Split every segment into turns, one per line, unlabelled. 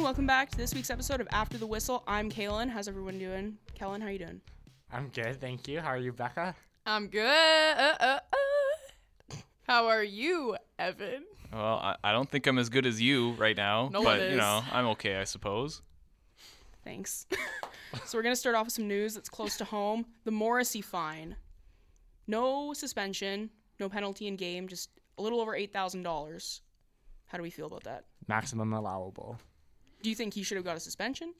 welcome back to this week's episode of After the Whistle. I'm Kaylin. How's everyone doing? Kellen, how you doing?
I'm good, thank you. How are you, Becca?
I'm good. Uh, uh, uh. How are you, Evan?
Well, I, I don't think I'm as good as you right now,
No
but
one
you know,
is.
I'm okay, I suppose.
Thanks. so we're gonna start off with some news that's close to home. The Morrissey fine. No suspension, no penalty in game, just a little over eight thousand dollars. How do we feel about that?
Maximum allowable.
Do you think he should have got a suspension?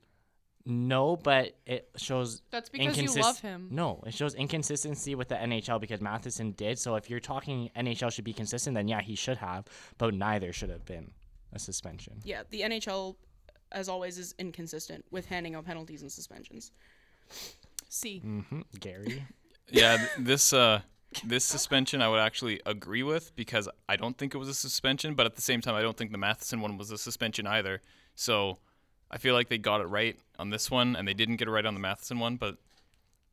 No, but it shows
That's because you
inconsist-
love him.
No, it shows inconsistency with the NHL because Matheson did. So if you're talking NHL should be consistent, then yeah, he should have, but neither should have been a suspension.
Yeah, the NHL, as always, is inconsistent with handing out penalties and suspensions.
See,
hmm Gary.
Yeah, th- this uh this suspension I would actually agree with because I don't think it was a suspension, but at the same time I don't think the Matheson one was a suspension either. So I feel like they got it right on this one and they didn't get it right on the Matheson one, but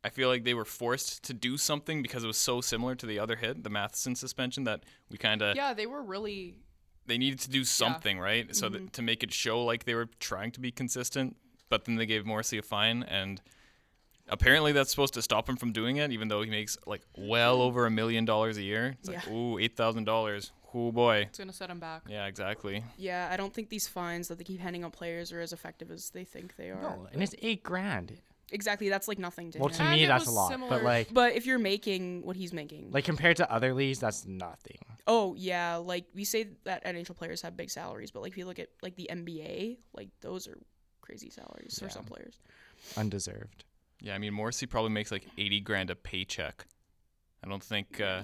I feel like they were forced to do something because it was so similar to the other hit, the Matheson suspension, that we kind of
yeah, they were really.
they needed to do something, right? So
Mm-hmm.
that, to make it show like they were trying to be consistent, but then they gave Morrissey a fine, and apparently that's supposed to stop him from doing it, even though he makes like well over a million dollars a year. It's like,
Yeah.
ooh, eight thousand dollars. Oh boy.
It's gonna set him back.
Yeah, exactly.
Yeah, I don't think these fines that they keep handing out players are as effective as they think they are.
No, and it's eight grand.
Exactly, that's like nothing to
Well,
him.
to
And
me
it
that's a
was
lot, but
similar.
like,
But if you're making what he's making,
like compared to other leagues, that's nothing.
oh yeah, like we say that NHL players have big salaries, but like if you look at like the NBA, like those are crazy salaries for some players.
Undeserved.
Yeah, I mean Morrissey probably makes like eighty grand a paycheck. I don't think. Uh,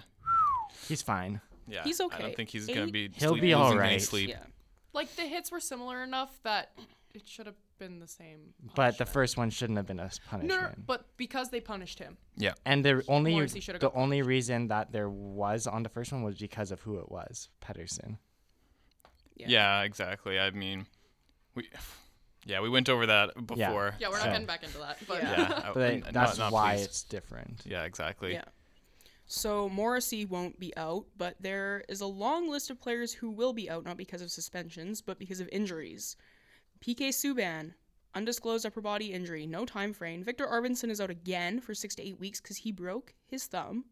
He's fine.
yeah,
He's
I
okay.
don't think he's gonna
Eight-
be.
He'll
sleep-
be
losing
all
any
right.
Sleep.
Yeah.
Like the hits were similar enough that it should have been the same.
But the
punishment.
first one shouldn't have been a
No,
punishment.
no, but because they punished him.
yeah.
And the only
Morrissey should've
the
got
only reason that there was on the first one was because of who it was, Pedersen.
Yeah.
Yeah, exactly. I mean, we, yeah, we went over that before.
Yeah, we're not
So-
getting back into that. But
Yeah.
Yeah, I-
But
n- not-
that's
not
why
pleased.
it's different.
Yeah, exactly.
Yeah. So Morrissey won't be out, but there is a long list of players who will be out not because of suspensions, but because of injuries. PK Subban, undisclosed upper body injury, no time frame. Victor Arvidsson is out again for six to eight weeks because he broke his thumb.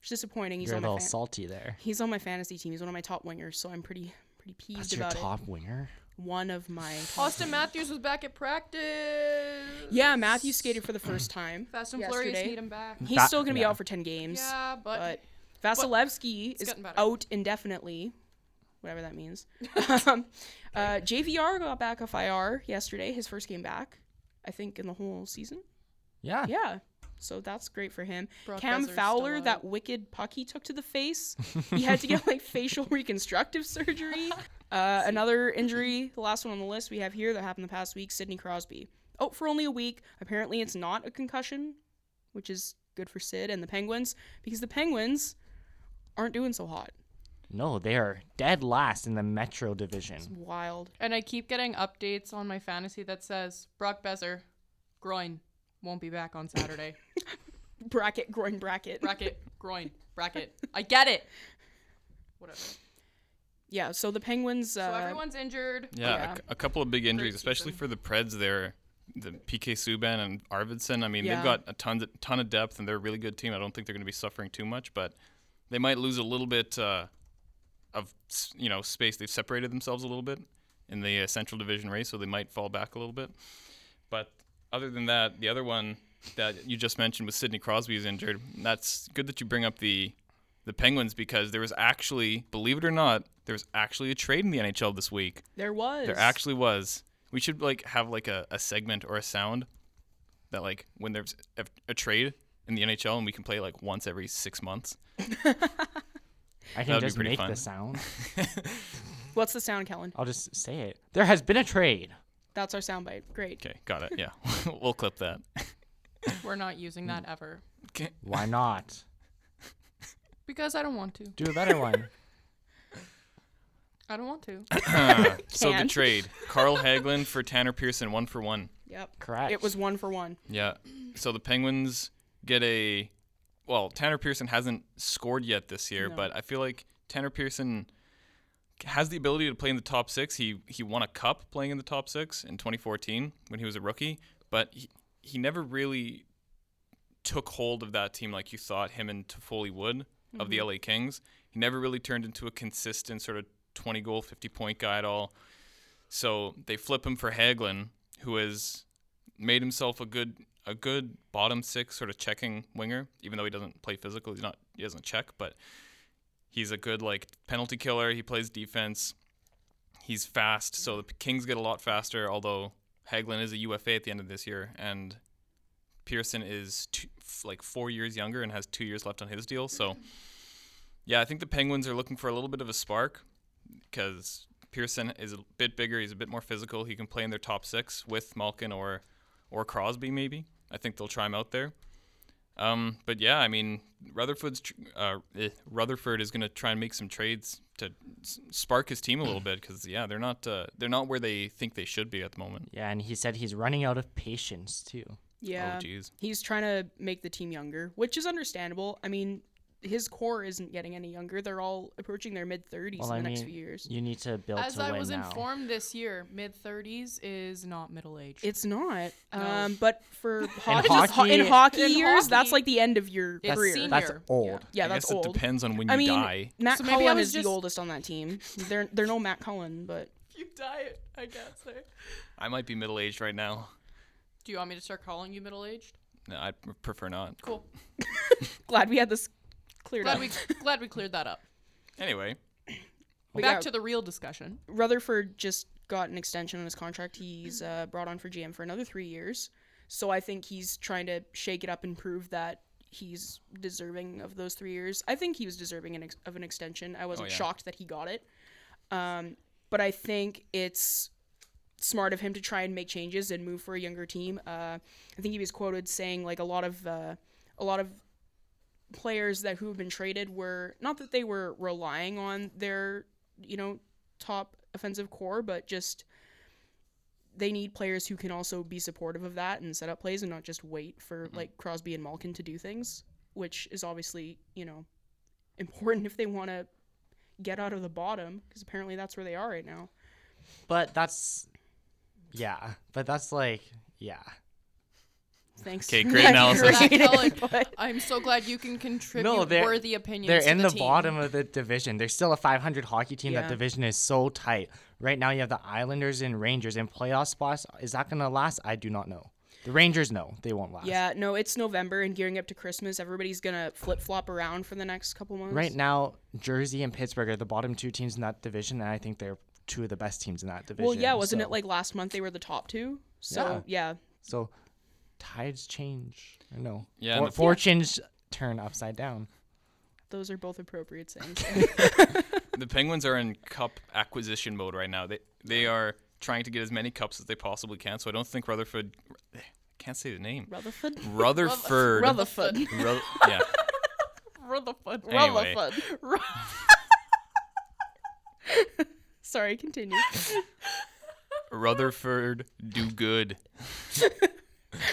It's disappointing. He's
You're a
on my
little
fan-
salty there.
he's on my fantasy team. He's one of my top wingers, so I'm pretty pretty peeved
That's your
about
top winger.
it. One of my top-
Austin Matthews was back at practice.
yeah. Matthew skated for the first time.
Fast and
yesterday.
Furious need him back.
He's
That-
still gonna be
yeah.
out for ten games.
Yeah, but,
but Vasilevsky is
getting better.
out indefinitely, whatever that means. um, uh, JVR got back off IR yesterday, his first game back, I think, in the whole season.
Yeah.
Yeah, so that's great for him.
Brock
Cam
Besser's still
Fowler,
out.
that wicked puck he took to the face, he had to get like facial reconstructive surgery. Uh, another injury, the last one on the list we have here that happened the past week, Sidney Crosby. Out for only a week. Apparently, it's not a concussion, which is good for Sid and the Penguins because the Penguins aren't doing so hot.
No, they are dead last in the Metro Division.
Wild.
and I keep getting updates on my fantasy that says Brock Besser, groin, won't be back on Saturday.
Bracket, groin bracket.
bracket, groin, bracket. I get it. Whatever.
Yeah, so the Penguins. Uh,
so everyone's injured.
Yeah,
Yeah.
A, c- a couple of big injuries, especially
season.
for the Preds there. The PK Subban and Arvidsson. I mean,
Yeah.
they've got a ton, ton of depth, and they're a really good team. I don't think they're going to be suffering too much, but they might lose a little bit uh, of s- you know space. They've separated themselves a little bit in the uh, Central Division race, so they might fall back a little bit. But other than that, the other one that you just mentioned was Sidney Crosby is injured. And That's good that you bring up the the Penguins because there was actually, believe it or not, there was actually a trade in the NHL this week.
there was.
There actually was. We should like have like a, a segment or a sound that like when there's a, a trade in the NHL and we can play like once every six months.
I
That'd
can
be
just
pretty
make the
fun.
sound.
What's the sound, Kellen?
I'll just say it. There has been a trade.
That's our soundbite. Great.
Okay, got it. Yeah, we'll clip that.
We're not using that
Mm.
ever
Okay.
Why not?
because I don't want to.
Do a better one.
I don't want to.
so the
Can.
trade: Carl Hagelin for Tanner Pearson, one for one.
Yep.
Correct.
It was one for one.
Yeah. So the Penguins get a well, Tanner Pearson hasn't scored yet this year,
No.
but I feel like Tanner Pearson has the ability to play in the top six. He he won a cup playing in the top six in 2014 when he was a rookie, but he, he never really took hold of that team like you thought him and Toffoli would of the LA Kings. He never really turned into a consistent sort of 20 goal, 50 point guy at all. So they flip him for Hagelin, who has made himself a good a good bottom six sort of checking winger, even though he doesn't play physical. He's not he doesn't check, but he's a good like penalty killer. He plays defense. He's fast, so the Kings get a lot faster. Although Hagelin is a UFA at the end of this year, and Pearson is two, f- like four years younger and has two years left on his deal. So, yeah, I think the Penguins are looking for a little bit of a spark because Pearson is a bit bigger. He's a bit more physical. He can play in their top six with Malkin or or Crosby. Maybe I think they'll try him out there. Um, but yeah, I mean Rutherford's tr- uh, eh, Rutherford is going to try and make some trades to s- spark his team a little bit because yeah, they're not uh, they're not where they think they should be at the moment.
Yeah, and he said he's running out of patience too.
Oh,
Yeah.
jeez.
He's trying to make the team younger, which is understandable. I mean, his core isn't getting any younger. They're all approaching their mid 30s
Well,
in
I
the
mean,
next few years.
you need to build
As
to
I
win
was
now.
informed this year, mid 30s is not middle age.
It's not.
No.
Um, but for hockey,
hockey-
in hockey
In
years, that's
hockey,
like the end of your
it's
career.
senior.
That's
Yeah.
old.
Yeah,
I
that's
guess it
old.
depends on when you
I mean,
die.
Matt
So maybe I
Cullen
was
is
just-
the oldest on that team. There, there no Matt Cullen, but
you diet, I guess. eh?
I might be middle aged right now.
Do you want me to start calling you middle aged?
No, I pr- prefer not.
Cool.
glad we had this cleared
Glad
up.
we glad we cleared that up.
Anyway,
But
Back
yeah,
to the real discussion.
Rutherford just got an extension on his contract. He's uh, brought on for GM for another three years. So I think he's trying to shake it up and prove that he's deserving of those three years. I think he was deserving an ex- of an extension. I wasn't
yeah.
shocked that he got it. Um, but I think it's smart of him to try and make changes and move for a younger team. Uh, I think he was quoted saying like a lot of uh, a lot of players that who have been traded were not that they were relying on their you know top offensive core, but just they need players who can also be supportive of that and set up plays and not just wait for like Crosby and Malkin to do things, which is obviously you know important if they want to get out of the bottom because apparently that's where they are right now.
But that's yeah. But that's like yeah.
Thanks.
Okay,
for
great
that
analysis.
Matt Cullen.
input.
I'm so glad you can contribute
they're-
worthy opinions.
They're
to
in the,
team.
bottom of the division. They're still a 500 hockey team.
Yeah.
That division is so tight. Right now, you have the Islanders and Rangers in playoff spots. Is that going to last? I do not know. The Rangers, no, they won't last.
yeah, no, it's November and gearing up to Christmas. Everybody's gonna flip flop around for the next couple months.
Right now, Jersey and Pittsburgh are the bottom two teams in that division, and I think they're two of the best teams in that division.
Well, yeah, wasn't
so-
it like last month they were the top two? So yeah,
so? Tides change. I know. For-
Yeah, and the-
fortunes turn upside down.
those are both appropriate sayings.
the Penguins are in cup acquisition mode right now. They they are trying to get as many cups as they possibly can. So I don't think Rutherford eh, can't say the name.
Rutherford.
Rutherford.
Rutherford.
Ru- yeah.
Rutherford.
Anyway.
Rutherford.
Sorry, continue.
Rutherford do good.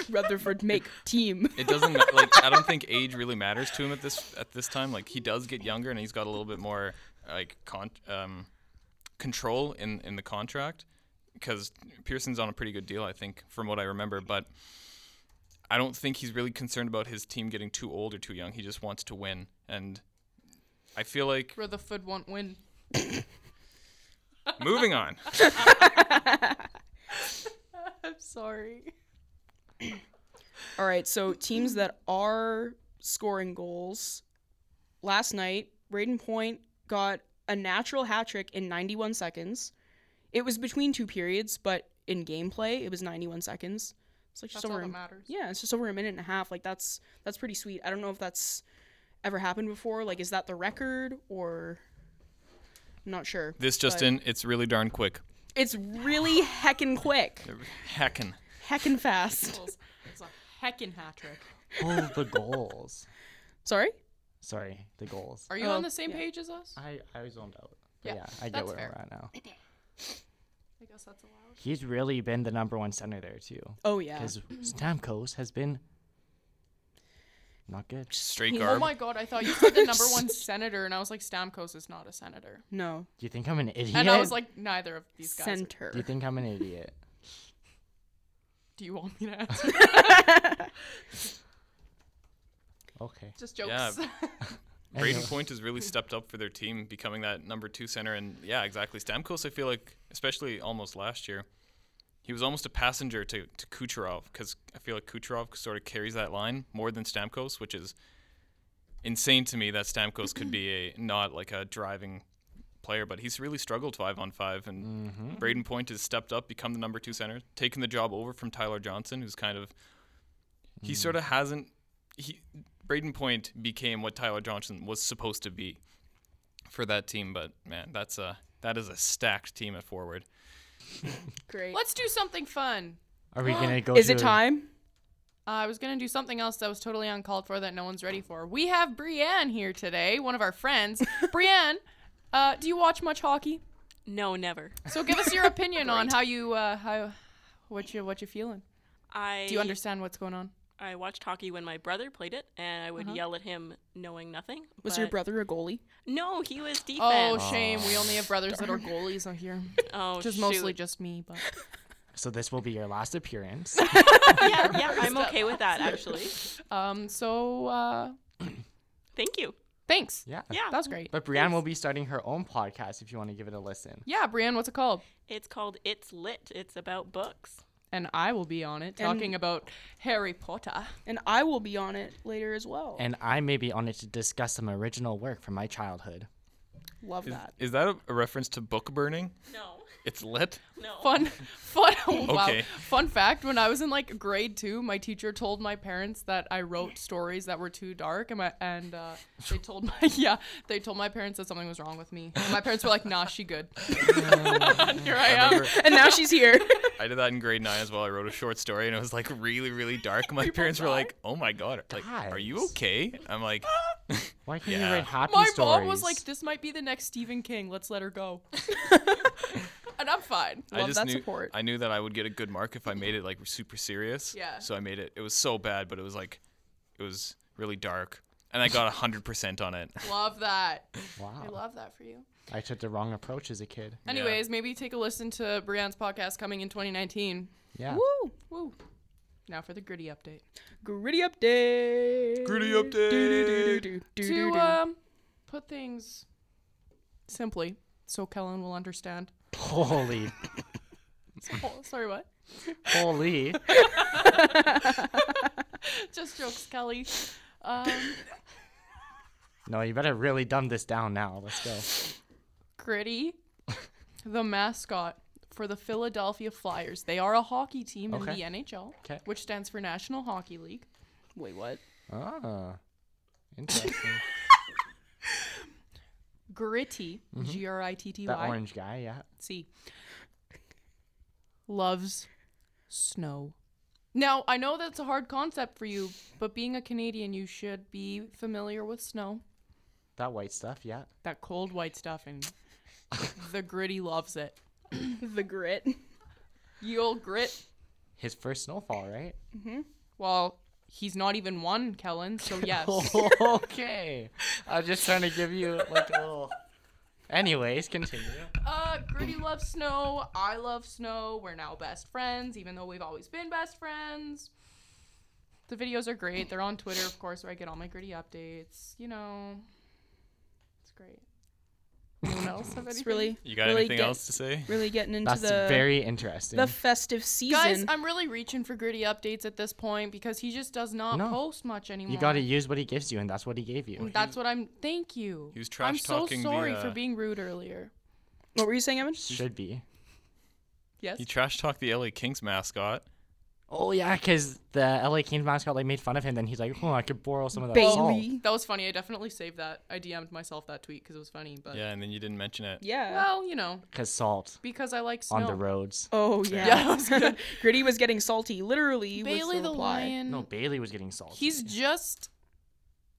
Rutherford make team.
It doesn't ma- like I don't think age really matters to him at this at this time. Like he does get younger and he's got a little bit more like con- um, control in in the contract because Pearson's on a pretty good deal, I think, from what I remember. But I don't think he's really concerned about his team getting too old or too young. He just wants to win, and I feel like
Rutherford won't win.
moving on.
I'm sorry.
All right, so teams that are scoring goals. Last night, Braden Point got a natural hat trick in 91 seconds. It was between two periods, but in gameplay, it was 91 seconds. It's like just
That's all
over.
that
a-
matters.
yeah, it's just over a minute and a half. Like that's that's pretty sweet. I don't know if that's ever happened before. Like, is that the record or? I'm not sure.
This just
but-
in, it's really darn quick.
It's really heckin' quick,
Heckin'.
heckin' fast.
Goals. It's a heckin' hat trick.
Oh, the goals.
Sorry.
Sorry, the goals.
Are you
Oh,
on the same
yeah.
page as us?
I I was zoned out.
Yeah,
Yeah, yeah I get
that's
where
fair.
we're at now.
I guess that's allowed.
He's really been
Uh.
the number one center there too,
Oh yeah.
because Stamkos has been Not good.
Straight
Oh
garb.
Oh my god, I thought you said the number one senator, and I was like, Stamkos is not a senator.
No.
Do you think I'm an idiot?
And I was like, neither of these guys. are-
Center.
Do you think I'm an idiot?
Do you want me to answer?
Okay.
Just
Yeah.
jokes.
Braden
Anyway.
Point has really stepped up for their team, becoming that number two center. And yeah, exactly. Stamkos, I feel like, especially almost last year, he was almost a passenger to, to Kucherov because I feel like Kucherov sort of carries that line more than Stamkos, which is insane to me that Stamkos could be a not like a driving player, but he's really struggled five on five. And Braden Point has stepped up, become the number two center, taking the job over from Tyler Johnson, who's kind of he sort of hasn't he Braden Point became what Tyler Johnson was supposed to be for that team, but man, that's a that is a stacked team at forward.
Great.
Let's do something fun.
Are we gonna go?
Is it
to-
time?
Uh, I was gonna do something else that was totally uncalled for that no one's ready for. We have Brienne here today, one of our friends. Brienne, uh, do you watch much hockey?
No, never.
So give us your opinion on how you uh, how what you what you feeling.
I
Do you understand what's going on?
I watched hockey when my brother played it, and I would
Uh-huh.
yell at him, knowing nothing.
Was your
but-
brother a goalie?
No, he was
Oh,
defense.
shame. We only have brothers that are goalies on here,
Oh,
which is mostly
shoot.
just me. But
So this will be your last appearance.
yeah, yeah. I'm okay with that actually.
um, so uh,
Thank you.
thanks.
yeah.
Yeah,
That was great.
But Brianne will be starting her own podcast if you want to give it a listen.
Yeah, Brienne, what's it called?
It's called It's Lit. It's about books.
And I will be on it talking about Harry Potter.
And I will be on it later as well.
And I may be on it to discuss some original work from my childhood.
Love
Is,
that.
is that a, a reference to book burning?
No,
It's lit.
no.
Fun, fun. oh, wow.
Okay.
Fun fact: When I was in like grade two, my teacher told my parents that I wrote stories that were too dark, and my and uh, they told my yeah, they told my parents that something was wrong with me. And my parents were like, "Nah, she good." And here I am.
remember-
And now she's here.
I did that in grade nine as well. I wrote a short story and it was like really, really dark. My parents were like, "Oh my god, like, are you
Guys.
okay?" I'm like,
Why can't
Yeah.
you write happy
My
stories?
mom was like, "This might be the next Stephen King. Let's let her go." and I'm fine.
I
Love
just
that
knew
support.
I knew that I would get a good mark if I made it like super serious.
Yeah.
So I made it. It was so bad, but it was like, it was really dark, and I got hundred percent on it.
Love that. I
"Wow,
love that for you.
I took the wrong approach as a kid."
Anyways, maybe take a listen to Brianne's podcast coming in 2019.
Yeah.
Woo!
Woo. Now for the gritty update.
Gritty update.
Gritty
Do, do, do,
update.
do, do, do,
to
do.
um, put things simply so Kellen will understand.
Holy,
Oh, sorry, what?
holy.
Just jokes, Kelly. Um,
No, you better really dumb this down now. Let's go.
Gritty, the mascot for the Philadelphia Flyers. They are a hockey team
Okay.
in the NHL,
Okay.
which stands for National Hockey League.
Wait, what?
Ah, interesting.
Gritty, G R I T T
Mm-hmm. that
Y
orange guy, yeah.
C, loves snow. Now, I know that's a hard concept for you, but being a Canadian, you should be familiar with snow.
That white stuff, yeah.
that cold white stuff and the gritty loves it.
The grit.
You'll grit.
His first snowfall, right?
Well, he's not even one, Kellen, so yes.
Oh. okay. I was just trying to give you like a little. Anyways, continue.
uh, gritty loves snow. I love snow. We're now best friends, even though we've always been best friends. The videos are great. They're on Twitter, of course, where I get all my gritty updates. You know, it's great. Anyone else have
It's
anything?
really
You got
really
anything
get-
else to say?
Really getting into
That's
the
very interesting.
the festive season.
Guys, I'm really reaching for gritty updates at this point because he just does not
No.
post much anymore.
you got to use what he gives you, and that's what he gave you.
That's what I'm. Thank you.
he was
I'm so
trash-talking the,
sorry for
uh,
being rude earlier.
what were you saying, Evan?
Should be.
Yes.
He trash talked the LA Kings mascot.
Oh yeah, because the LA Kings mascot like made fun of him. Then he's like, "Oh, I could borrow some of that salt."
Bailey.
That was funny. I definitely saved that. I DM'd myself that tweet because it was funny. But
Yeah, and then you didn't mention it.
Yeah.
well, you know,
Because salt
because I like snow.
on the roads.
oh yeah.
Yeah, that was good.
Gritty was getting salty, literally.
Bailey
with
the,
the, reply.
lion.
No, Bailey was getting salt.
he's just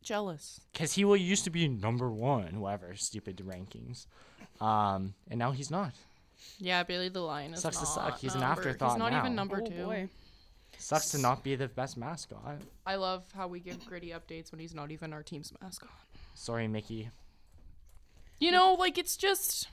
jealous.
because he will used to be number one, whatever stupid rankings, um, and now he's not.
Yeah, Bailey the lion is
Sucks to
not
suck. He's an
number-
afterthought
He's not
now.
even number
Oh
two.
boy.
Sucks to not be the best mascot.
I love how we give gritty updates when he's not even our team's mascot.
Sorry, Mickey.
You know, like it's just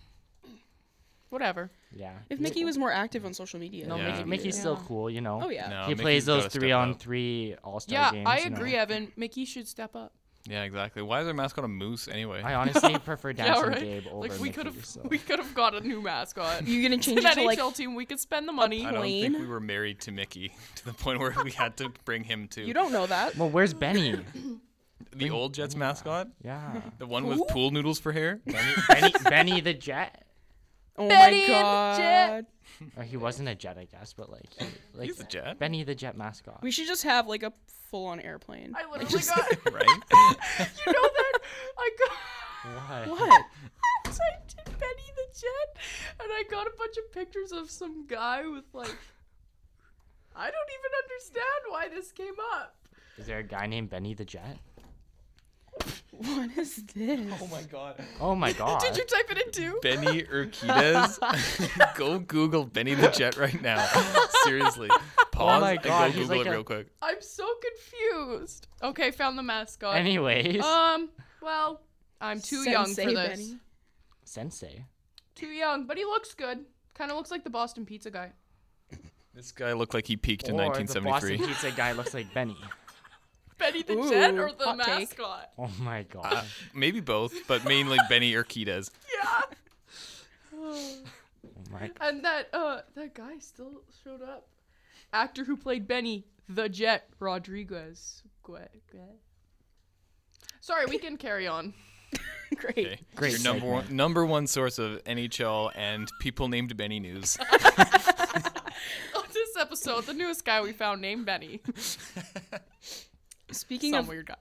whatever.
Yeah.
If Mickey was more active on social media,
no,
then
Yeah.
Mickey,
maybe-
Mickey's still
Yeah.
cool, you know.
Oh yeah.
No,
He
Mickey's
plays those
gotta step
three on
up.
three All Star
yeah,
games.
I
you know.
agree, Evan. Mickey should step up.
Yeah, exactly. Why is our mascot a moose anyway?
I honestly prefer Dancing
yeah, right.
Gabe over
like we could
Mickey.
have,
so.
we could have got a new mascot.
You're gonna
An
change it to
NHL
like
team. We could spend the money.
I don't think
Blaine?
we were married to Mickey to the point where we had to bring him to
you don't know that.
Well, where's Benny?
the old Jets mascot,
Yeah.
the one with pool noodles for hair.
Benny, Benny, Benny the Jet.
Oh
Betty
my
and the
god.
Jet.
Or he wasn't a jet, I guess, but like, he, like
He's a jet.
Benny the Jet mascot.
We should just have like a full on airplane.
I literally got.
right?
You know that I
What?
got.
What?
I typed in Benny the Jet, and I got a bunch of pictures of some guy with like. I don't even understand why this came up.
Is there a guy named Benny the Jet?
What is this?
Oh my god.
Oh my god.
Did you type it in too?
Benny Urquidez. go Google Benny the Jet right now. Seriously. Pause
Oh my God,
and go
he's
Google
like
it
a-
real quick.
I'm so confused. Okay, found the mascot.
Anyways,
um, well, I'm too young for
Sensei
this.
Benny.
Sensei.
Too young, but he looks good. Kind of looks like the Boston Pizza guy.
This guy looked like he peaked in
or the
1973.
Boston Pizza guy looks like Benny.
Benny the
Ooh,
Jet or the
hot take.
mascot?
Oh my god.
Maybe both, but mainly Benny Urquidez.
Yeah.
Oh my god.
and that uh that guy still showed up. Actor who played Benny the Jet Rodriguez. Gue- gue- Sorry, we can carry on.
Great.
Okay.
Great
Your number
segment.
one, number one source of NHL and people named Benny news.
On this episode, the newest guy we found named Benny.
Speaking
Some
of
weird guy.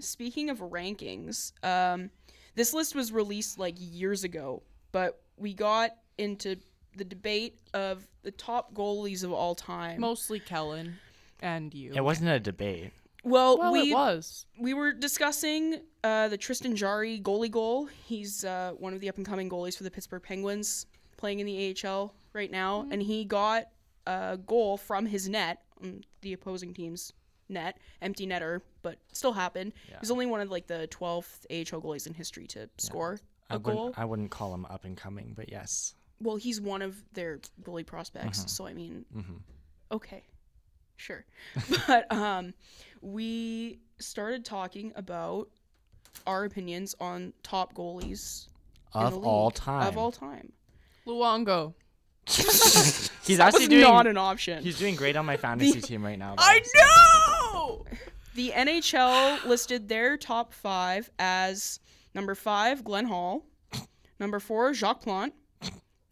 speaking of rankings, um, this list was released like years ago, but we got into the debate of the top goalies of all time.
Mostly Kellen and you.
It wasn't a debate.
well,
well,
we
it was.
we were discussing uh, the Tristan Jari goalie goal. He's uh, one of the up and coming goalies for the Pittsburgh Penguins, playing in the AHL right now, and he got a goal from his net, um, the opposing team's net, empty netter, but still happened. He's only one of like the 12th AHL goalies in history to score
I
a goal.
wouldn't, I wouldn't call him up and coming, but yes.
well, he's one of their goalie prospects,
Uh-huh.
so I mean,
Mm-hmm.
okay, sure. but um, we started talking about our opinions on top goalies in the
Of all
league,
time.
Of all time,
Luongo.
He's
that
actually
was
doing.
not an option.
He's doing great on my fantasy team right now.
I
though, so-
know.
The NHL listed their top five as number five, Glenn Hall, number four, Jacques Plant,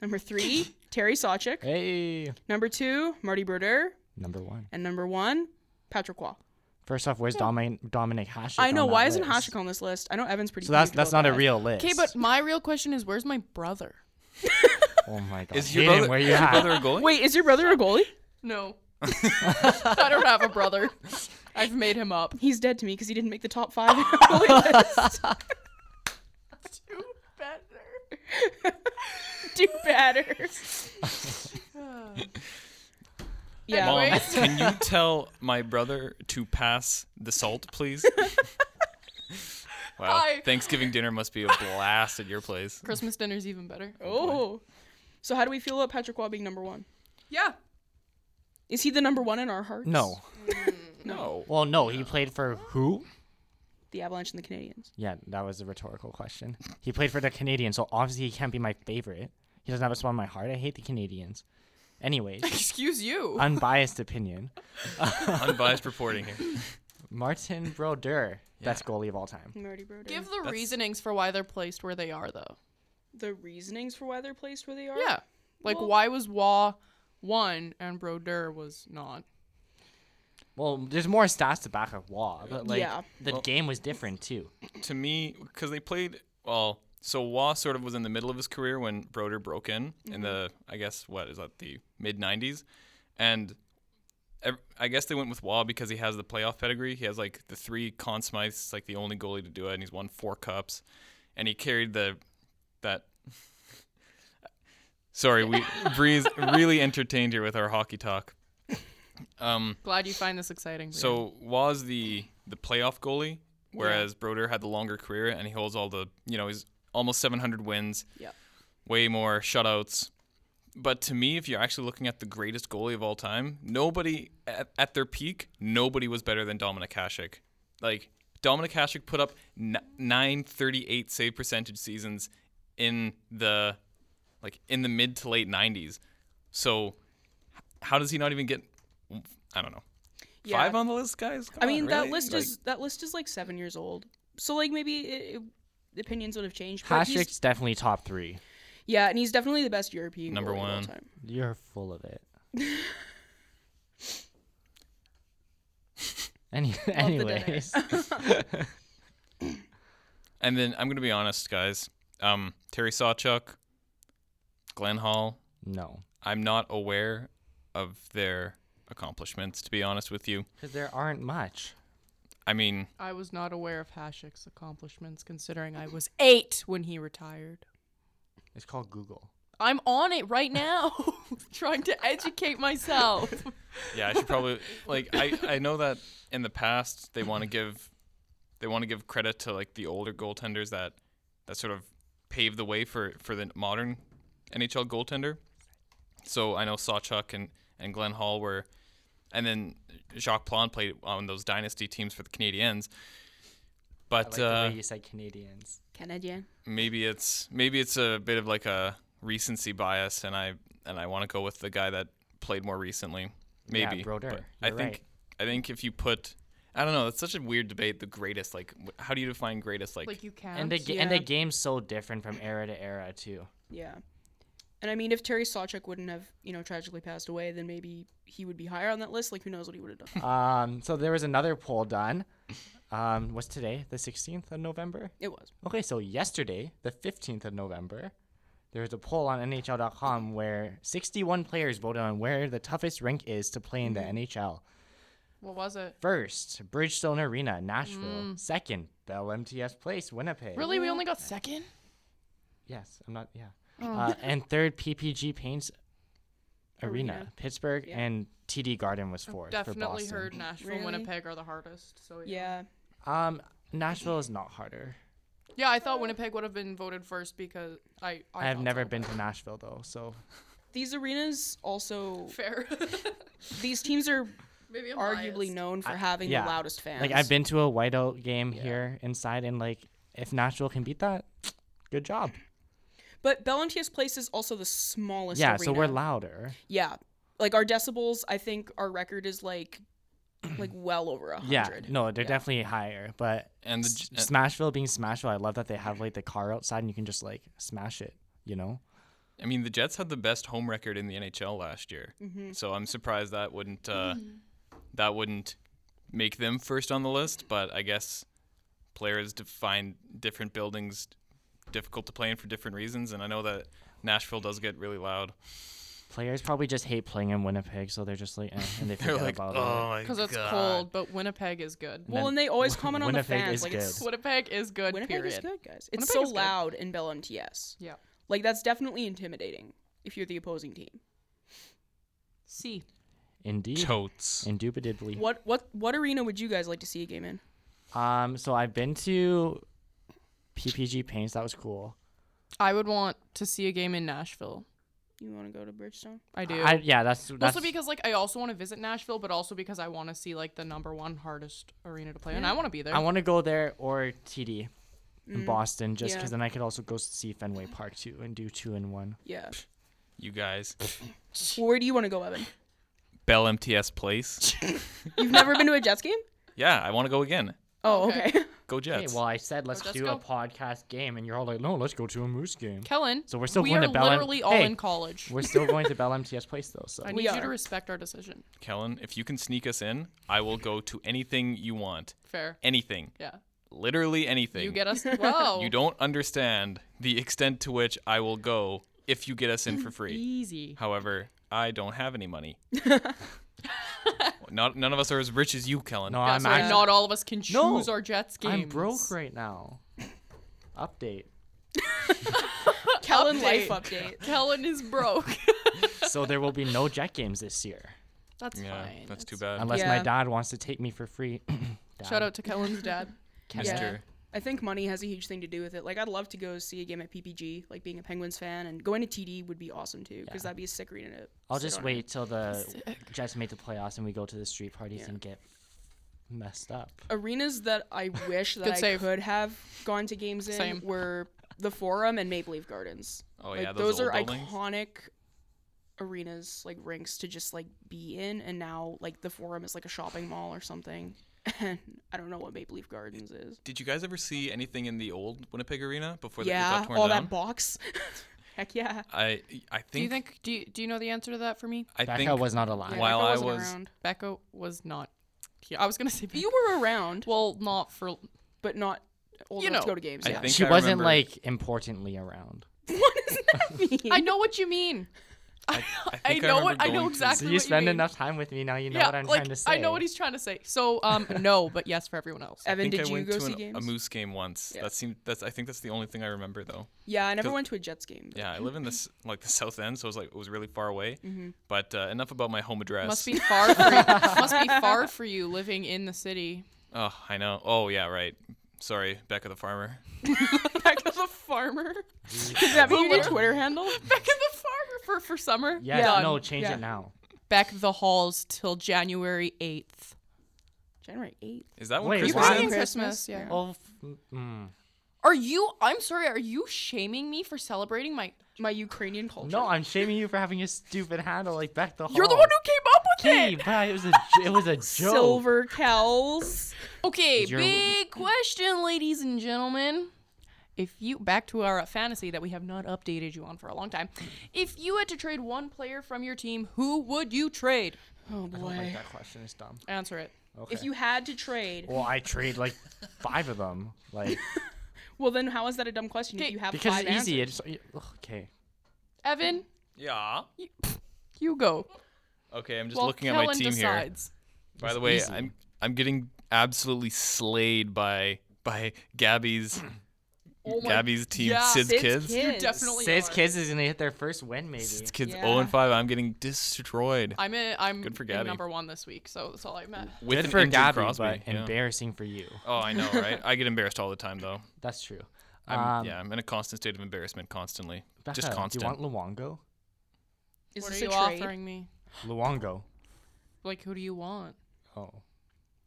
number three, Terry Sawchuk,
Hey,
number two, Marty Brodeur,
number one.
and number one, Patrick Waugh.
First off, where's Dominic Dominic Hasek?
I know.
on that
Why isn't
list?
Hashik on this list? I know Evan's pretty.
So that's
peeved
that's
about
not a
that.
real list.
Okay, but my real question is, where's my brother?
oh my god,
Is your
Hayden,
brother,
where
is
you
your
at?
brother a goalie?
Wait, is your brother a goalie?
No. I don't have a brother. I've made him up.
He's dead to me because he didn't make the top five in our goalie list. Do
Too better.
better. yeah.
Mom,
Anyways.
can you tell my brother to pass the salt, please? wow.
Hi.
Thanksgiving dinner must be a blast at your place.
Christmas dinner's even better.
Oh. So how do we feel about Patrick Waugh being number one?
Yeah.
Is he the number one in our hearts?
No.
No.
Well, no, he played for who?
The Avalanche and the Canadians.
Yeah, that was a rhetorical question. He played for the Canadians, so obviously he can't be my favorite. He doesn't have a spot in my heart. I hate the Canadians. Anyways,
Excuse you.
unbiased opinion.
Unbiased reporting here.
Martin Brodeur, best goalie of all time.
Marty Broder.
Give the reasonings for why they're placed where they are, though.
the reasonings for why they're placed where they are.
Yeah. Like,
Well-
why was Waugh one and Brodeur was not?
Well, there's more stats to back up Waugh, but like
Yeah.
the game was different too.
To me, because they played, well, so Waugh sort of was in the middle of his career when Broder broke in, in the, I guess, what is that, the mid 90s? And ev- I guess they went with Waugh because he has the playoff pedigree. He has like the three Conn Smythes, like the only goalie to do it, and he's won four cups. And he carried the, that Sorry, we Bree's really entertained here with our hockey talk. Um,
Glad you find this exciting. Brian.
so was the the playoff goalie, whereas Broder had the longer career and he holds all the you know he's almost 700 wins,
Yep.
way more shutouts. But to me, if you're actually looking at the greatest goalie of all time, nobody at, at their peak, nobody was better than Dominic Hasek. Like Dominic Hasek put up n- 938 save percentage seasons in the like in the mid to late 90s. So h- how does he not even get I don't know.
Yeah.
Five on the list, guys. Come
I
on,
mean, that
really?
list
Like,
is that list is like seven years old. So like maybe it, it, opinions would have changed. But he's-
Hashik's definitely top three.
yeah, and he's definitely the best European
Number
goalie of all
one.
time.
You're full of it. Any,
Love the
anyways,
And then I'm gonna be honest, guys. Um, Terry Sawchuk, Glenn Hall.
no,
I'm not aware of their accomplishments, to be honest with you.
because there aren't much.
I mean,
I was not aware of Hashik's accomplishments, considering I was eight when he retired.
It's called Google.
I'm on it right now, trying to educate myself.
yeah, I should probably like I I know that in the past they want to give they want to give credit to like the older goaltenders that that sort of paved the way for for the modern NHL goaltender. So I know Sawchuk and and Glenn Hall were, and then Jacques Plante played on those dynasty teams for the Canadiens.
I
But
like the
uh,
way you said Canadians.
Canadian.
maybe it's maybe it's a bit of like a recency bias, and I and I want to go with the guy that played more recently. Maybe
Brodeur.
but I
You're
think
right.
I think if you put, I don't know, that's such a weird debate. The greatest, like, wh- how do you define greatest? Like,
like you can.
And the ga- and the game's so different from era to era too.
Yeah. And I mean, if Terry Sawchuk wouldn't have, you know, tragically passed away, then maybe he would be higher on that list. Like, who knows what he would have done?
Um, so there was another poll done. Um, what's today? The 16th of November.
It was.
Okay, so yesterday, the 15th of November, there was a poll on NHL.com where 61 players voted on where the toughest rink is to play
Mm.
in the NHL.
what was it?
First, Bridgestone Arena, Nashville. Second, Bell MTS Place, Winnipeg.
Mm. Really, we only got second.
Yes, I'm not. Yeah.
Oh.
Uh, and third, PPG Paints Arena,
Arena.
Pittsburgh, and TD Garden was fourth. for
Definitely
Boston.
heard Nashville,
Really?
Winnipeg are the hardest. So yeah.
Yeah.
Um, Nashville is not harder.
Yeah, I thought Winnipeg would have been voted first because I. I
I have
thought
never
so.
been to Nashville though, so
These arenas also,
Fair.
these teams are
Maybe I'm
arguably
biased.
known for having
yeah.
the loudest fans.
like I've been to a whiteout game here inside, and like if Nashville can beat that, good job.
But Bellantius Place is also the smallest.
yeah,
arena.
so we're louder.
Yeah, like our decibels. I think our record is like, like well over a
Yeah,
hundred.
no, they're definitely higher, but
and the
S-
J-
Smashville being Smashville, I love that they have like the car outside and you can just like smash it, you know?
I mean, the Jets had the best home record in the NHL last year,
Mm-hmm.
so I'm surprised that wouldn't uh, that wouldn't make them first on the list. But I guess players define different buildings difficult to play in for different reasons, and I know that Nashville does get really loud.
Players probably just hate playing in Winnipeg, so they're just like, eh, and they
They're
forget
like,
about
oh my
Because
god,
it's cold, but Winnipeg is good.
Well,
then
and they always comment on the
Winnipeg
fans.
is
like it's
good.
Winnipeg is good.
Winnipeg
period.
is good, guys. It's
Winnipeg
so
is good.
loud in Bellantius.
Yeah.
Like that's definitely intimidating if you're the opposing team.
C.
it. Indeed.
totes.
Indubitably.
What what what arena would you guys like to see a game in?
Um, so I've been to PPG Paints, that was cool.
I would want to see a game in Nashville.
You want to go to Bridgestone?
I do.
I, yeah, that's, that's
Mostly because like I also want to visit Nashville, but also because I want to see like the number one hardest arena to play, in. and I want to be there. Mm.
I want to go there or TD in Boston, just
yeah.
because then I could also go see Fenway Park too and do two in one.
Yeah.
You guys,
Well, where do you want to go, Evan?
Bell MTS Place.
You've never been to a Jets game?
yeah, I want to go again.
Oh,
Okay.
okay.
Go
Hey,
Jets.
well, I said let's
let's
do
Oh, go.
a podcast game, and you're all like, no, let's go to a Moose game.
Kellen.
So we're still
we
going
are
to Bell and-
literally all
Hey.
in college.
We're still going to Bell MTS Place though, so
I
We
need you to
are.
respect our decision.
Kellen, if you can sneak us in, I will go to anything you want.
Fair.
Anything.
Yeah.
Literally anything.
You get us. Whoa.
You don't understand the extent to which I will go if you get us in for free.
Easy.
However, I don't have any money. Not none of us are as rich as you, Kellen.
no,
Yeah,
I'm
so
actually,
not all of us can choose
No,
our Jets games.
I'm broke right now. Update.
Kellen
Update.
life update.
Kellen is broke.
So there will be no Jet games this year.
That's
yeah,
fine.
that's too bad.
Unless my
Yeah.
dad wants to take me for free.
Shout out to Kellen's dad.
Kevin.
Yeah.
Mr.
I think money has a huge thing to do with it. Like, I'd love to go see a game at PPG. Like, being a Penguins fan and going to TD would be awesome too, because
Yeah.
that'd be a sick arena. to
I'll
sit
just
on it.
wait till the Jets make the playoffs and we go to the street parties
Yeah.
and get messed up.
Arenas that I wish that
Good
I
save.
could have gone to games in
Same.
were the Forum and Maple Leaf Gardens.
Oh
like,
yeah,
those,
those,
are
old buildings.
iconic arenas, like rinks to just like be in. And now, like, the Forum is like a shopping mall or something. And I don't know what Maple Leaf Gardens is.
Did you guys ever see anything in the old Winnipeg Arena before the, it
yeah,
got torn
all
down?
that box. Heck yeah.
I I think
Do you think do you, do you know the answer to that for me?
I
Becca
think
was not alive.
Yeah,
While
Becca
I
wasn't
was-
around.
Becca was not here. I was gonna say Becca.
You were around,
well, not for
but not old
You
enough to
know.
go to games.
I
yeah.
think
she wasn't
remember-
like importantly around.
what does that mean?
I know what you mean.
I,
I
think
know
remember
what I know
going to-
exactly.
So you
what
spend
mean.
enough time with me now, you know
yeah,
what I'm
like,
trying to say.
I know what he's trying to say. So, um, no, but yes for everyone else.
I
Evan,
think
did
I
you
went
go
to
see
an-
games?
a Moose game once.
Yeah.
That seemed that's I think that's the only thing I remember though.
yeah, I never
'cause-
went to a Jets game. though.
Yeah, I live in this like the south end, so it was like it was really far away. But uh, enough about my home address.
Must be far. For you. must be far for you living in the city.
Oh, I know. Oh yeah, right. Sorry, Becca the farmer.
Back of the farmer.
Does that mean you did Twitter handle?
Back of the farmer for for summer.
Yeah,
Yeah.
no, change
Yeah.
it now.
Back the halls till January eighth.
January 8th.
Is that
Wait,
one?
why?
Christmas?
Christmas?
is?
Christmas, yeah.
Oh, f- mm.
Are you? I'm sorry. Are you shaming me for celebrating my?
My Ukrainian culture.
no, I'm shaming you for having a stupid handle like back the.
You're the one who came up with
Hey,
it.
but it was a j- it was a joke.
Silver cows.
Okay,
You're-
big question, ladies and gentlemen. If you back to our fantasy that we have not updated you on for a long time, if you had to trade one player from your team, who would you trade?
Oh
I don't like
boy.
that question. It's dumb.
Answer it.
Okay.
If you had to trade,
well, I trade like five of them. Like
well then how is that a dumb question if
Okay,
you have
because
five
it's easy.
answers?
It's ugh, okay.
Evan,
Yeah.
you go.
Okay, I'm just
While
looking at my
Kellen
team
decides.
here. By the
It's
way,
easy.
I'm I'm getting absolutely slayed by by Gabby's Gabby's team,
yeah,
Sid's,
Sid's
kids.
kids.
You definitely
Sid's
are.
kids is gonna hit their first win, maybe.
Sid's kids
Yeah.
0 and 5. I'm getting destroyed.
I'm in, I'm
Good for
in
Gabby.
number one this week, so that's all I meant.
with
Good
an
for
injured
Gabby,
Crosby.
but
yeah.
embarrassing for you.
Oh, I know, right? I get embarrassed all the time though.
That's true.
I'm,
um,
yeah, I'm in a constant state of embarrassment constantly.
Becca,
just constant.
Do you want Luongo?
Is
what are
this
you
a trade?
offering me?
Luongo.
Like, who do you want?
Oh.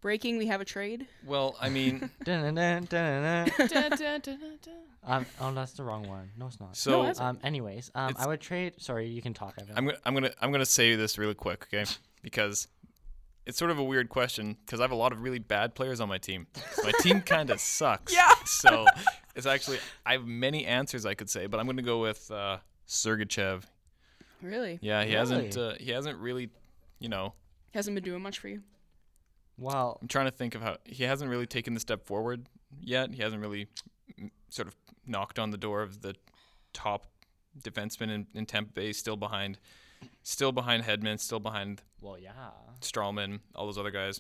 Breaking, we have a trade.
Well, I mean,
Dun-dun-dun, dun-dun-dun.
Da, da, da, da, da.
um, oh, that's the wrong one. No, it's not.
so
that's-
Um. Anyways, um,
It's-
I would trade. Sorry, you can talk. Evan.
I'm gonna I'm gonna I'm gonna say this really quick, okay? Because it's sort of a weird question because I have a lot of really bad players on my team. My team kind of sucks. Yeah. So it's actually I have many answers I could say, but I'm gonna go with uh, Sergachev.
Really?
Yeah, he hasn't
Really?
uh, he hasn't really, you know,
Hasn't been doing much for you.
Well,
I'm trying to think of how he hasn't really taken the step forward yet. He hasn't really mm, sort of knocked on the door of the top defenseman in, in Tampa Bay. Still behind, still behind Hedman, still behind
well, yeah.
Strawman, all those other guys.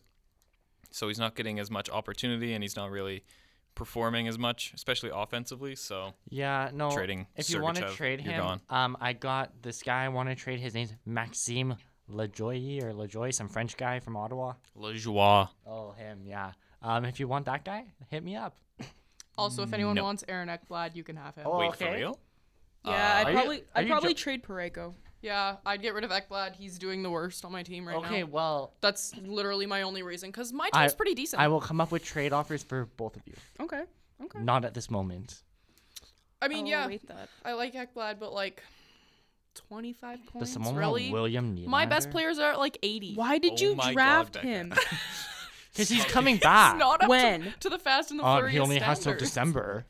So he's not getting as much opportunity, and he's not really performing as much, especially offensively. So
Yeah, no.
Trading
If you want to
Sergachev,
trade
you're
him,
gone.
um, I got this guy. I want to trade. His name's Maxime Lejoy or Lejoy, some French guy from Ottawa.
Lejoie.
Oh, him. Yeah. Um, if you want that guy, hit me up.
Also, if anyone
No.
wants Aaron Ekblad, you can have him.
Oh.
Wait for
okay.
real? Uh,
Yeah,
are
I'd
you-
probably
are
I'd
you
probably
jo-
trade Pareko.
Yeah, I'd get rid of Ekblad. He's doing the worst on my team right now.
Okay, well,
That's literally my only reason because my
I-
team's pretty decent.
I
I,
will come up with trade offers for both of you.
Okay. Okay.
Not at this moment.
mean,
Oh,
yeah,
wait, that.
I like Ekblad, but like 25
Does
points,
someone
really?
want William Nylander?
my best players are at like 80.
Why did
Oh
you
my God,
draft
Becca.
him?
Because he's coming back.
Not up
When?
to, to the Fast and the
um,
Furious
he only has till
standards.
December.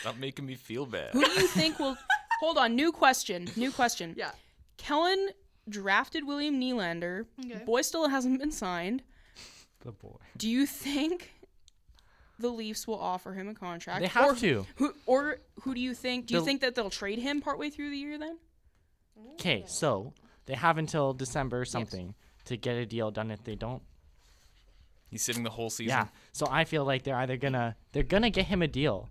Stop making me feel bad.
Who do you think will Hold on, new question. New question.
Yeah.
Kellen drafted William Nylander.
Okay.
Boy still hasn't been signed.
The boy.
Do you think the Leafs will offer him a contract?
They have
or,
to.
Who or who do you think? Do you
The-
think that they'll trade him partway through the year then?
Okay, so they have until December something to get a deal done. If they don't,
He's sitting the whole season.
yeah. So I feel like they're either gonna they're gonna get him a deal,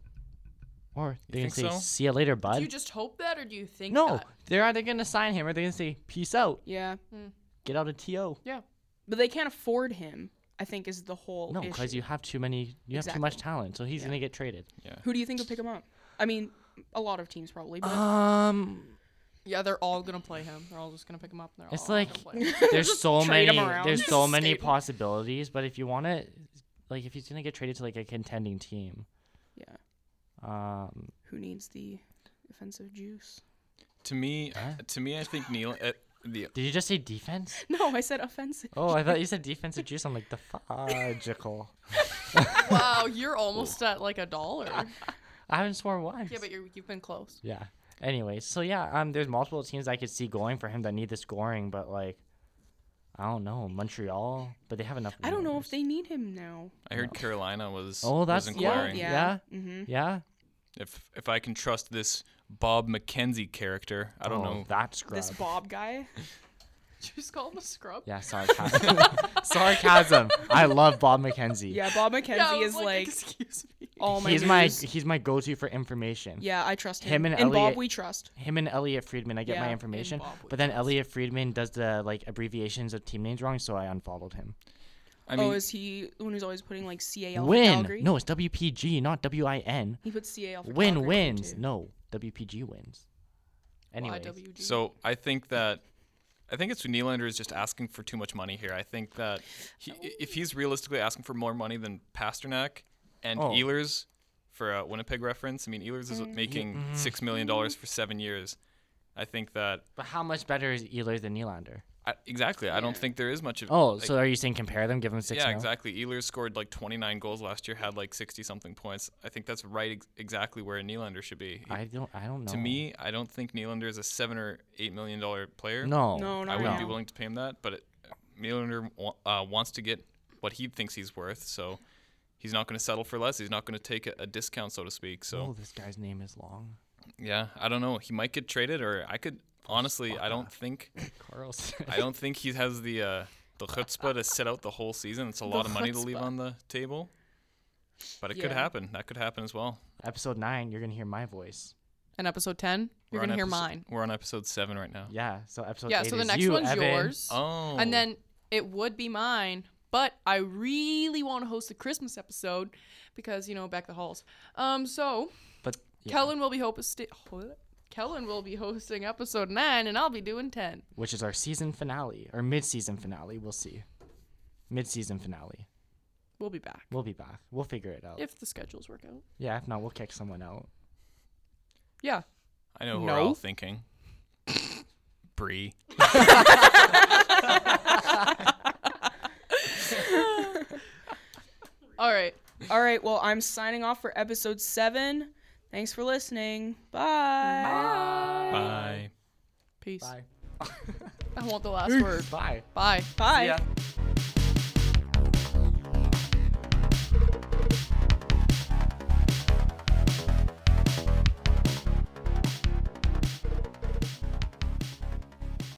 or they're gonna
think
say
so?
see you later,
Do
bud.
you just hope that or do you think
no,
that?
they're either gonna sign him or they're gonna say peace out.
Yeah.
Get out of TO.
Yeah.
But they can't afford him, I think, is the whole
No,
issue.
because you have too many. You have too much talent, so he's gonna get traded.
Who do you think will pick him up? I mean, a lot of teams probably, but
Um,
Yeah, they're all gonna play him. They're all just gonna pick him up. And they're
it's
all
like
gonna play him.
there's so
trade 'em
many.
around.
There's
Just
so many
skate 'em.
possibilities, but if you want to, like, if he's gonna get traded to like a contending team,
yeah.
um,
Who needs the offensive juice?
To me, to me, I think Neil. At the
did you just say defense?
No, I said offensive.
Oh, I thought you said defensive juice. I'm like the fudgical.
wow, you're almost at like a dollar.
I haven't sworn once.
yeah, but you're, you've been close.
Yeah. Anyway, so yeah, um, there's multiple teams I could see going for him that need the scoring, but like, I don't know Montreal, but they have enough.
I don't know if
names.
they need him now.
I heard Carolina was
Oh, that's
was
yeah,
inquiring.
yeah,
Yeah. Mhm.
yeah.
If if I can trust this Bob McKenzie character, I don't
oh,
know.
That's scrub.
This Bob guy.
Did you just call him a scrub?
Yeah, sarcasm. sarcasm. I love Bob McKenzie.
Yeah, Bob McKenzie
I was
is like
excuse me.
all my.
he's my
news.
he's my go-to for information.
Yeah, I trust him.
Him and Elliot-
Bob, we trust.
Him and Elliot Friedman, I get
Yeah,
my
and
information.
Bob
But then Elliot Friedman does the like abbreviations of team names wrong, so I unfollowed him.
I mean,
oh, is he the one who's always putting like CAL for
win.
Calgary?
No, it's WPG, not WIN.
He puts CAL for Calgary
Win
too.
wins. No, WPG wins. Anyway,
YWG.
so I think that I think it's Nylander is just asking for too much money here. I think that he, if he's realistically asking for more money than Pasternak and
Oh.
Ehlers for a Winnipeg reference, I mean Ehlers is
Mm.
making
mm-hmm.
six million dollars
Mm-hmm.
for seven years. I think that
but how much better is Ehlers than Nylander?
I, exactly. I don't think there is much of
Oh,
like,
so are you saying compare them? Give them six.
Yeah,
mil?
exactly. Ehlers scored like 29 goals last year, had like 60 something points. I think that's right ex- exactly where a Nylander should be.
I don't. I don't know.
to me, I don't think Nylander is a seven or eight million dollar player.
no.
No,
I
not
wouldn't
right
be
now.
willing to pay him that. But it, Nylander wa- uh, wants to get what he thinks he's worth, so he's not going to settle for less. He's not going to take a, a discount, so to speak. So
Oh, this guy's name is long.
yeah, I don't know. He might get traded, or I could honestly, I don't think,
Carlson.
I don't think he has the uh, the chutzpah to sit out the whole season. It's a lot of money to leave on the table. But it could
Yeah.
happen. That could happen as well.
Episode nine, you're gonna hear my voice.
And episode ten, you're
We're on
gonna hear
episo-
mine.
We're on episode seven right now.
Yeah. So episode
Yeah,
eight
so the
is
next
you,
one's
Evan.
yours.
Oh.
And then it would be mine, but I really want to host the Christmas episode because, you know, back the halls. Um, so
But yeah,
Kellen will be hosting Kellen will be hosting episode 9 and I'll be doing 10.
which is our season finale or mid-season finale. We'll see. Mid-season finale.
We'll be back
We'll be back. We'll figure it out.
if the schedules work out.
yeah. If not, we'll kick someone out.
Yeah.
I know who we're
No.
all thinking. Bree.
All right.
All right, well, I'm signing off for episode seven. Thanks for listening.
Bye.
Peace.
Bye.
I want the last word.
Bye.
Bye.
Bye. Bye.
Yeah.